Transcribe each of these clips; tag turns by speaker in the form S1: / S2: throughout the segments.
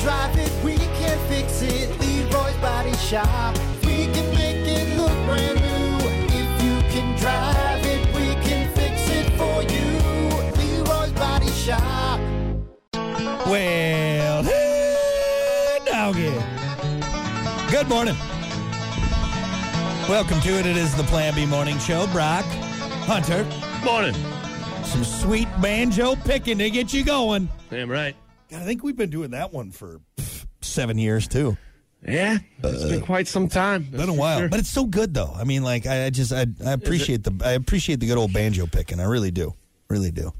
S1: drive it, we can fix it. Leroy's Body Shop. We can make it look brand new. If you can drive it, we can fix it for you. Leroy's Body Shop.
S2: Well, hey, doggy. Good morning. Welcome to it. It is the Plan B Morning Show. Brock, Hunter,
S3: Morning.
S2: some sweet banjo picking to get you going.
S3: Damn right.
S2: I think we've been doing that one for pff, seven years too.
S3: Yeah, it's been quite some time.
S2: Been a while, but it's so good though. I mean, like I I just I, I appreciate the I appreciate the good old banjo picking. I really do, really do.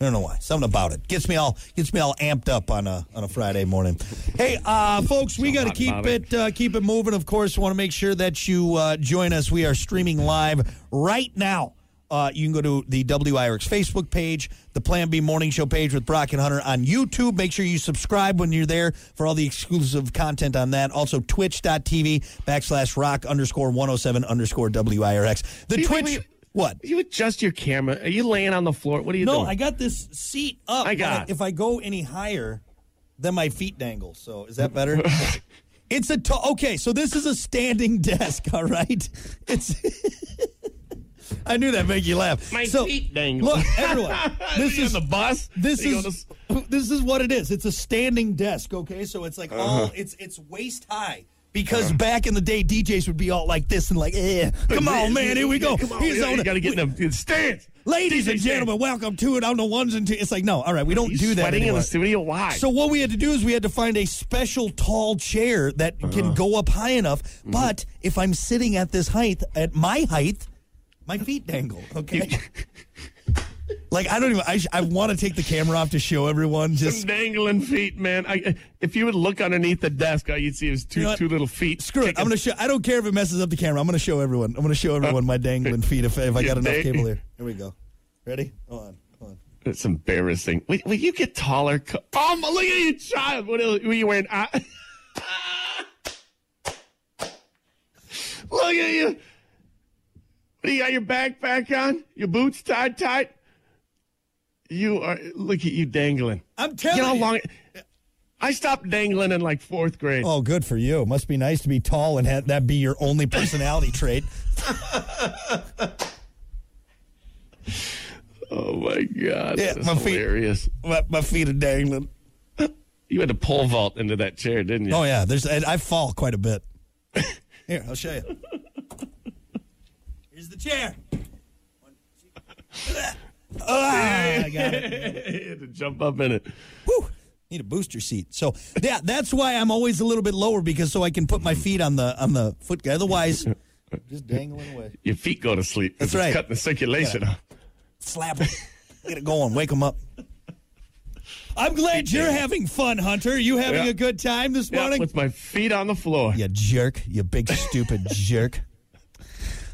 S2: I don't know why. Something about it gets me all gets me all amped up on a on a Friday morning. Hey, uh, folks, we got to keep
S3: Bobby.
S2: it uh, keep it moving. Of course, want to make sure that you uh, join us. We are streaming live right now. Uh, you can go to the WIRX Facebook page, the Plan B Morning Show page with Brock and Hunter on YouTube. Make sure you subscribe when you're there for all the exclusive content on that. Also, twitch.tv backslash rock underscore 107 underscore WIRX. The
S3: Wait, wait,
S2: Twitch.
S3: wait.
S2: What?
S3: You adjust your camera. Are you laying on the floor? What are you
S2: No,
S3: doing?
S2: I got this seat up.
S3: I got-
S2: but If I go any higher, then my feet dangle. So is that better? it's a t- okay. So this is a standing desk. All right. It's. I knew that make you laugh.
S3: My
S2: so,
S3: feet dangle.
S2: Look, everyone. This
S3: you
S2: is
S3: on the bus?
S2: This
S3: Are you on
S2: is this is what it is. It's a standing desk. Okay, so it's like
S3: Uh-huh.
S2: all it's it's waist high. Because back in the day, DJs would be all like this and like, eh, come on, man, here we go.
S3: Come on,
S2: Here's
S3: you,
S2: on
S3: you
S2: it.
S3: got to get in the stance.
S2: Ladies
S3: DJ
S2: and gentlemen, welcome to it on the ones and twos. It's like, no, all right, we don't
S3: you
S2: do that
S3: sweating in
S2: anymore.
S3: the studio? Why?
S2: So what we had to do is we had to find a special tall chair that
S3: Uh-huh.
S2: can go up high enough.
S3: Mm-hmm.
S2: But if I'm sitting at this height, at my height, my feet dangle. Okay. like I don't even. I, sh- I want to take the camera off to show everyone.
S3: Some
S2: Just
S3: dangling feet, man. I, if you would look underneath the desk, all you'd see is two
S2: You know what?
S3: two little feet.
S2: screw it. I'm
S3: kicking.
S2: gonna show. I don't care if it messes up the camera. I'm gonna show everyone. I'm gonna show everyone my dangling feet if, if I got
S3: You
S2: enough
S3: dang-
S2: cable here. Here we go. Ready? Hold on. Hold on.
S3: It's embarrassing. Will, will you get taller? Co- Oh, my, look at you, child. What are what are you wearing? I- look at you. What do you got your backpack on? Your boots tied tight? You are, look at you dangling.
S2: I'm
S3: You
S2: telling
S3: know how
S2: you.
S3: long? I stopped dangling in like fourth grade.
S2: Oh, good for you. Must be nice to be tall and ha- that be your only personality trait.
S3: Oh my God.
S2: Yeah,
S3: this is
S2: my feet-
S3: hilarious.
S2: My, my feet are dangling.
S3: You had to pole vault into that chair, didn't you?
S2: Oh yeah, there's and I fall quite a bit. Here, I'll show you. Here's the chair. Ah, I got it.
S3: you had to jump up in it.
S2: Whew. Need a booster seat. So yeah, that's why I'm always a little bit lower because so I can put my feet on the on the foot guy. Otherwise, just dangling away.
S3: Your feet go to sleep. 'cause
S2: That's right.
S3: It's cutting the circulation off.
S2: Slap him. Get it going. Wake him up. I'm glad you're having fun, Hunter. Are you having
S3: Yeah.
S2: a good time this
S3: Yeah,
S2: morning?
S3: with my feet on the floor.
S2: You jerk. You big stupid jerk.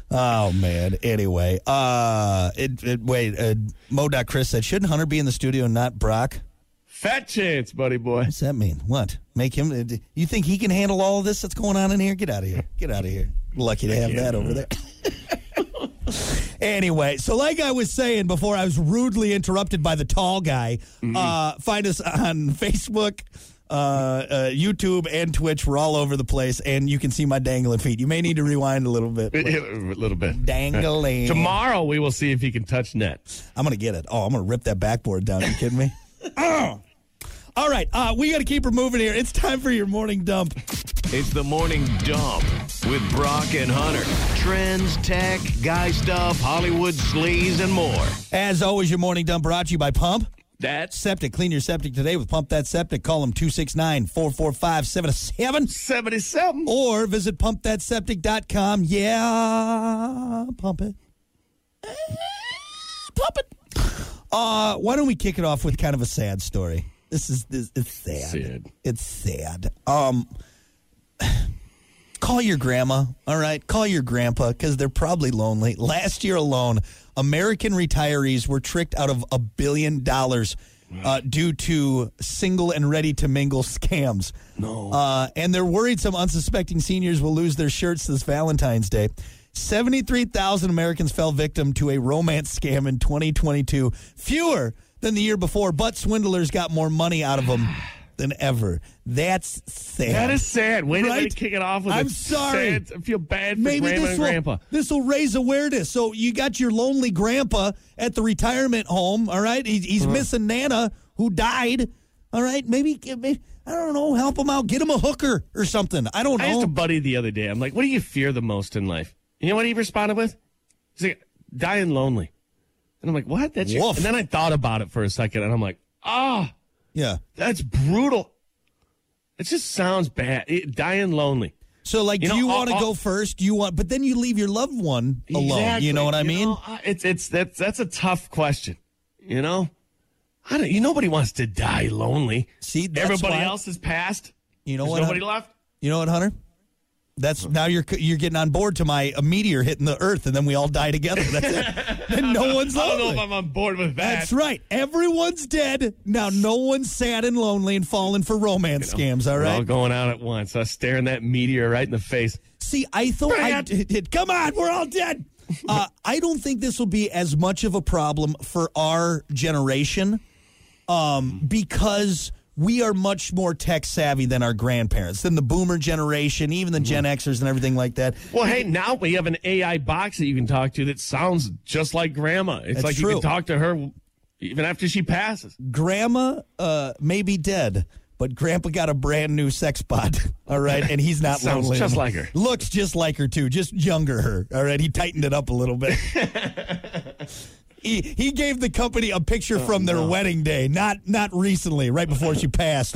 S2: Oh man. Anyway, uh, it, it, wait. Uh, Mo. Doc Chris said, shouldn't Hunter be in the studio, and not Brock?
S3: Fat chance, buddy boy.
S2: What's that mean? What? Make him? uh, d- You think he can handle all this that's going on in here? Get out of here. Get out of here. Lucky to have that over there. Anyway, so like I was saying before, I was rudely interrupted by the tall guy. Uh, find us on Facebook, uh, uh, YouTube, and Twitch. We're all over the place, and you can see my dangling feet. You may need to rewind a little bit.
S3: A little bit.
S2: Dangling.
S3: Tomorrow we will see if he can touch net.
S2: I'm gonna get it. Oh, I'm gonna rip that backboard down. Are you kidding me? Oh. All right, uh, we got to keep her moving here. It's time for your morning dump.
S4: It's the morning dump with Brock and Hunter. Trends, tech, guy stuff, Hollywood sleaze, and more.
S2: As always, your morning dump brought to you by Pump
S3: That's
S2: Septic. Clean your septic today with Pump That Septic. Call them 269 445 77
S3: 77.
S2: or visit pumpthatseptic.com. Yeah, pump it. Eh, Pump it. Uh, why don't we kick it off with kind of a sad story? This is this it's sad.
S3: Sad.
S2: It's sad. Um call your grandma, all right? Call your grandpa cuz they're probably lonely. Last year alone, American retirees were tricked out of a billion dollars. Uh, due to single and ready to mingle scams. No. Uh, and they're worried some unsuspecting seniors will lose their shirts this Valentine's Day. 73,000 Americans fell victim to a romance scam in 2022, fewer than the year before, but swindlers got more money out of them than ever. That's sad.
S3: That is sad. Wait a
S2: Right?
S3: minute, kick it off with
S2: I'm
S3: a
S2: sorry.
S3: sad- I feel bad for
S2: Maybe
S3: grandma
S2: this
S3: and
S2: will
S3: grandpa.
S2: this will raise awareness. So you got your lonely grandpa at the retirement home. All right, he's, he's
S3: Uh-huh.
S2: missing Nana who died. All right, maybe, maybe I don't know. Help him out. Get him a hooker or something. I don't
S3: I asked a
S2: know.
S3: buddy the other day. I'm like, "What do you fear the most in life?" You know what he responded with? He's like, "Dying lonely." And I'm like, "What?" That's your-"
S2: Woof.
S3: and then I thought about it for a second, and I'm like, "Ah,
S2: Yeah.
S3: that's brutal." It just sounds bad. It- dying lonely.
S2: So like,
S3: You
S2: do
S3: know,
S2: you
S3: I'll-
S2: want to
S3: I'll-
S2: go first? Do you want? But then you leave your loved one alone. You know what I
S3: Exactly.
S2: mean?
S3: know, I- it's it's that's that's a tough question. You know, I don't. You nobody wants to die lonely.
S2: See, that's
S3: everybody
S2: why-
S3: else is passed.
S2: You know
S3: There's
S2: what?
S3: nobody
S2: Hun-
S3: left.
S2: You know what, Hunter? That's now you're you're getting on board to my a meteor hitting the earth, and then we all die together. That's it. and no one's
S3: I
S2: lonely.
S3: don't know if I'm on board with that.
S2: That's right. Everyone's dead. Now no one's sad and lonely and falling for romance scams, all
S3: We're all
S2: right?
S3: going out at once. Us staring that meteor right in the face.
S2: See, I thought I
S3: Brad.
S2: did. Come on, we're all dead. Uh, I don't think this will be as much of a problem for our generation um, because we are much more tech savvy than our grandparents, than the boomer generation, even the
S3: Mm-hmm.
S2: Gen Xers and everything like that.
S3: Well, hey, now we have an AI box that you can talk to that sounds just like grandma. It's
S2: That's
S3: like
S2: true.
S3: you can talk to her even after she passes.
S2: grandma uh, may be dead, but grandpa got a brand new sex bot. All right. And he's not
S3: Sounds
S2: lonely.
S3: just like her.
S2: Looks just like her, too. Just younger her. All right. He tightened it up a little bit. He, he gave the company a
S3: Oh,
S2: picture from their wedding day, not not recently, right before she passed.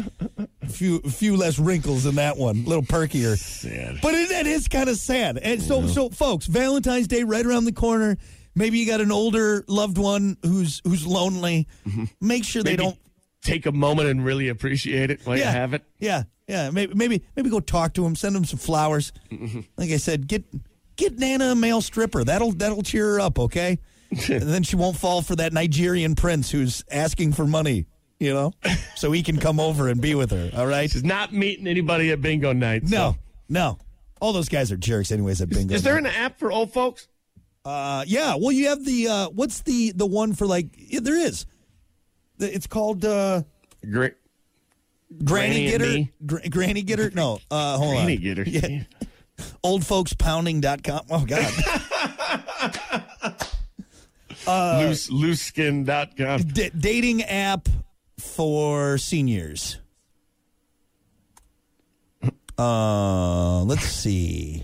S2: A few few less wrinkles in that one, a little perkier.
S3: Sad.
S2: But it, it is kind of sad. And so, so folks, Valentine's Day right around the corner. Maybe you got an older loved one who's who's lonely.
S3: Mm-hmm.
S2: Make sure they
S3: Maybe
S2: don't.
S3: take a moment and really appreciate it while
S2: Yeah,
S3: you have it.
S2: Yeah, yeah. Maybe maybe maybe go talk to him. Send him some flowers. Like I said, get get Nana a male stripper. That'll that'll cheer her up. Okay, and then she won't fall for that Nigerian prince who's asking for money. You know, so he can come over and be with her. All right.
S3: She's not meeting anybody at bingo night.
S2: No,
S3: so.
S2: no. All those guys are jerks, anyways. At bingo.
S3: Is there an app for old folks?
S2: Uh, yeah. Well, you have the uh, what's the the one for like? Yeah, there is. The- It's called uh,
S3: Great.
S2: Granny,
S3: Granny and
S2: Getter.
S3: me.
S2: Gr- Granny Getter. No, uh, hold
S3: Granny
S2: on.
S3: getter.
S2: Yeah. Oldfolkspounding.com. Oh God.
S3: loose looseskin.com.
S2: D- dating app for seniors. Uh, let's see.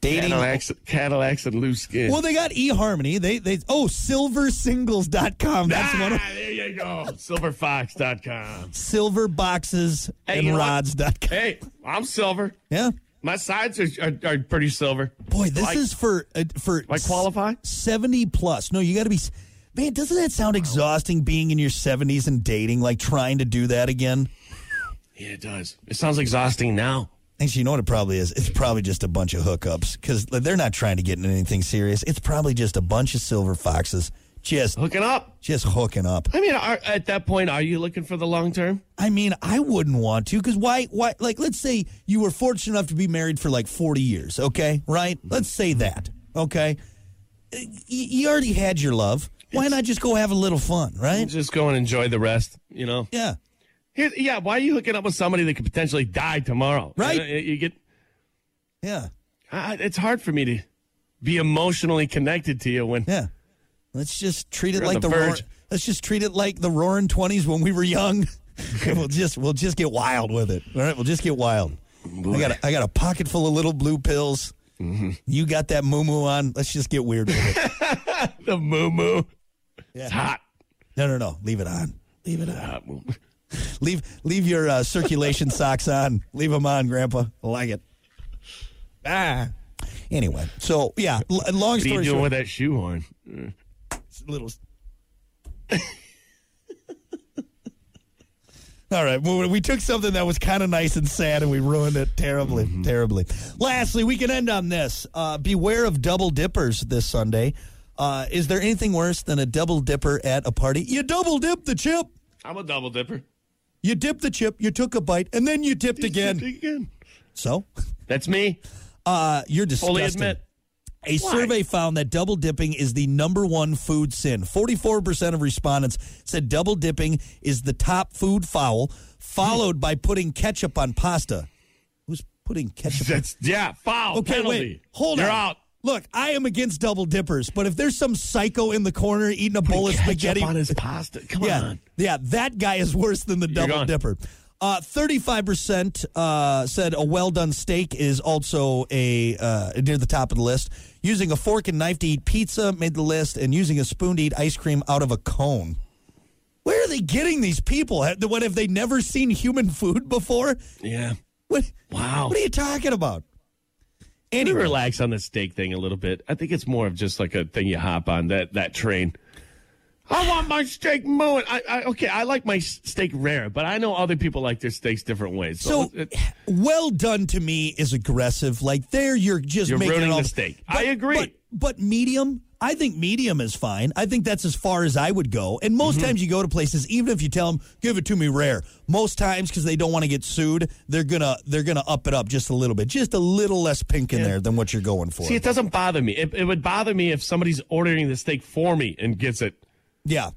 S2: Dating.
S3: Cadillacs, Cadillacs and loose skin.
S2: Well, they got eHarmony. They they oh silversingles.com. That's
S3: ah,
S2: one of
S3: there you go. Silverfox.com.
S2: silverboxes
S3: Hey,
S2: and
S3: you know what?
S2: rods.com.
S3: Hey, I'm silver.
S2: Yeah.
S3: My sides are, are, are pretty silver.
S2: Boy, this
S3: Like-
S2: is for uh, for
S3: I qualify?
S2: seventy plus. No, you got to be. s- Man, doesn't that sound exhausting? Being in your seventies and dating, like trying to do that again.
S3: Yeah, it does. It sounds exhausting now.
S2: Actually, you know what it probably is? It's probably just a bunch of hookups because they're not trying to get into anything serious. It's probably just a bunch of silver foxes just
S3: Hooking up.
S2: just hooking up.
S3: I mean, are, at that point, are you looking for the long term?
S2: I mean, I wouldn't want to because why? Why? Like, let's say you were fortunate enough to be married for like forty years. Okay, right? Let's say that. Okay, Uh, y- you already had your love. Why not just go have a little fun, right?
S3: Just go and enjoy the rest, you know?
S2: Yeah.
S3: Here, yeah, why are you hooking up with somebody that could potentially die tomorrow?
S2: Right.
S3: You, know, you get,
S2: Yeah.
S3: I, it's hard for me to be emotionally connected to you when
S2: Yeah. Let's just treat it
S3: You're on
S2: like the,
S3: the
S2: roar-
S3: verge.
S2: let's just treat it like the roaring twenties when we were young. And we'll just we'll just get wild with it. All right, we'll just get wild. I got a, I got a pocket full of little blue pills. You got that moo moo on. Let's just get weird with it.
S3: the moo moo. It's hot. Uh,
S2: No, no, no. Leave it on. Leave it on.
S3: Hot moo.
S2: Leave leave your uh, circulation socks on. Leave them on, Grandpa. I like it. Ah. Anyway, so yeah. L- long
S3: What
S2: story
S3: are you doing
S2: short,
S3: with that shoehorn?
S2: little. All right, well, we took something that was kind of nice and sad, and we ruined it terribly, terribly. Lastly, we can end on this: uh, beware of double dippers this Sunday. Uh, is there anything worse than a double dipper at a party? You double dip the chip,
S3: I'm a double dipper.
S2: you dipped the chip, you took a bite, and then you dipped again.
S3: Again.
S2: So,
S3: That's me.
S2: uh, you're
S3: Fully
S2: disgusting.
S3: admit.
S2: A survey found that double dipping is the number one food sin. 44% of respondents said double dipping is the top food foul, followed by putting ketchup on pasta. Who's putting ketchup on
S3: That's yeah, foul
S2: Okay,
S3: penalty.
S2: wait. Hold
S3: You're
S2: on.
S3: out.
S2: Look, I am against double dippers, but if there's some psycho in the corner eating a bowl of
S3: Ketchup
S2: spaghetti,
S3: on his pasta. Come
S2: yeah,
S3: on.
S2: yeah, that guy is worse than the double
S3: gone.
S2: dipper. Uh, 35% uh, said a well done steak is also a uh, near the top of the list. Using a fork and knife to eat pizza made the list, and using a spoon to eat ice cream out of a cone. Where are they getting these people? Have- What have they never seen human food before?
S3: Yeah.
S2: What?
S3: Wow.
S2: What are you talking about?
S3: Can you
S2: Anyway,
S3: relax on the steak thing a little bit? I think it's more of just like a thing you hop on that that train. I want my steak mooing. I, I okay. I like my s- steak rare, but I know other people like their steaks different ways.
S2: So,
S3: it-
S2: well done to me is aggressive. Like there, you're just
S3: You're
S2: making
S3: ruining
S2: it all
S3: the steak. I agree.
S2: But, but medium, I think medium is fine. I think that's as far as I would go. And most
S3: Mm-hmm.
S2: times you go to places, even if you tell them give it to me rare, most times because they don't want to get sued, they're gonna they're gonna up it up just a little bit, just a little less pink in there than what you're going for.
S3: see, it doesn't bother me. It, it would bother me if somebody's ordering the steak for me and gets it
S2: yeah.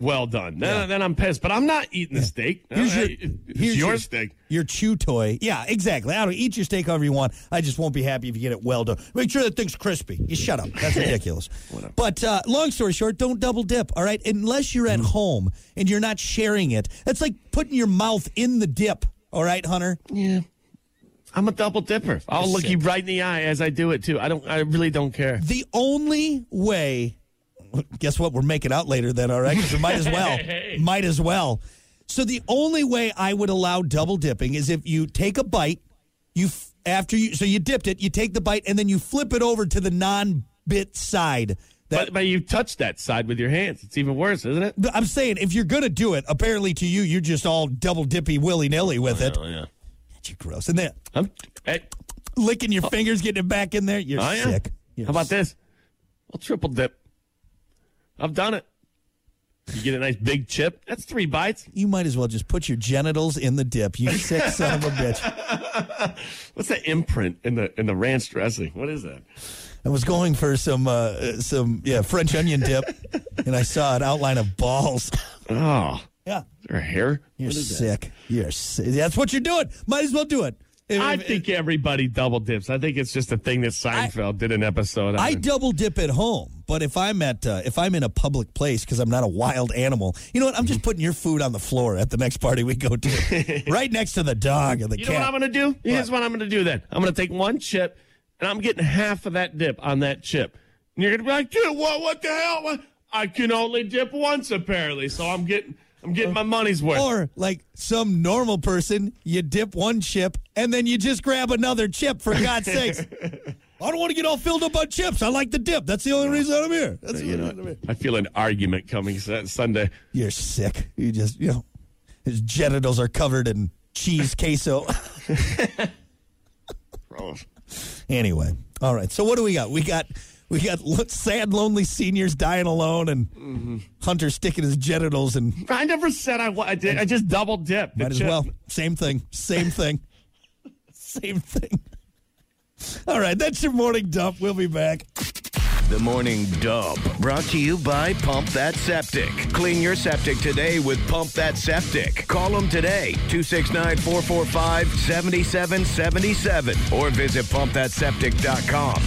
S3: well done. Then, then I'm pissed. But I'm not eating the steak.
S2: Here's your,
S3: It's
S2: here's
S3: your steak.
S2: Your chew toy. Yeah, exactly. I don't eat your steak however you want. I just won't be happy if you get it well done. Make sure that thing's crispy. You shut up. That's ridiculous. but uh, long story short, don't double dip, all right? Unless you're
S3: Mm.
S2: at home and you're not sharing it. That's like putting your mouth in the dip, all right, Hunter?
S3: Yeah. I'm a double dipper. I'll look you right in the eye as I do it too. I don't. I really don't care.
S2: The only way. Guess what? We're making out later then, all right? 'Cause we might as well. Might as well. So the only way I would allow double dipping is if you take a bite, you f- after you so you dipped it, you take the bite and then you flip it over to the non-bit side. That
S3: But, but you touch that side with your hands. It's even worse, isn't it?
S2: I'm saying if you're gonna do it, apparently to you, you're just all double dippy willy nilly with it.
S3: Oh, yeah.
S2: You're gross. And then
S3: I'm, hey,
S2: licking your fingers, getting it back in there, you're
S3: I am.
S2: sick. You're
S3: Oh, How about
S2: sick.
S3: this? I'll triple dip. I've done it. You get a nice big chip. That's three bites.
S2: You might as well just put your genitals in the dip, you sick son of a bitch.
S3: What's that imprint in the in the ranch dressing? What is that?
S2: I was going for some uh, uh, some yeah French onion dip, and I saw an outline of balls.
S3: Oh,
S2: Yeah,
S3: is there hair.
S2: you're sick. You're sick. That's what you're doing. Might as well do it. If-
S3: I
S2: if-
S3: think everybody double dips. I think it's just a thing that Seinfeld did an episode. On.
S2: I double dip at home, but if I'm at uh, if I'm in a public place because I'm not a wild animal, you know what? I'm
S3: Mm-hmm.
S2: just putting your food on the floor at the next party we go to, right next to the dog and the
S3: You know
S2: cat.
S3: what I'm going to do? Here's what I'm going to do then. I'm going to take one chip, and I'm getting half of that dip on that chip. And you're going to be like, dude, what, what the hell? What? I can only dip once, apparently. So I'm getting, I'm getting my money's worth.
S2: or like some normal person, you dip one chip and then you just grab another chip for God's sakes. I don't want to get all filled up on chips. I like the dip. That's the only reason I'm here. That's the
S3: you
S2: only
S3: know,
S2: reason I'm here.
S3: I feel an argument coming Su- Sunday.
S2: You're sick. You just you know his genitals are covered in cheese queso. anyway, all right. So what do we got? We got we got lo- sad, lonely seniors dying alone, and Hunter sticking his genitals and
S3: I never said I, wa- I did. I just double dipped. the
S2: Might as
S3: chip.
S2: well. Same thing. Same thing. Same thing. All right, that's your morning dump. We'll be back.
S4: The Morning Dump, brought to you by Pump That Septic. Clean your septic today with Pump That Septic. Call them today, 269 445 7777, or visit pumpthatseptic.com.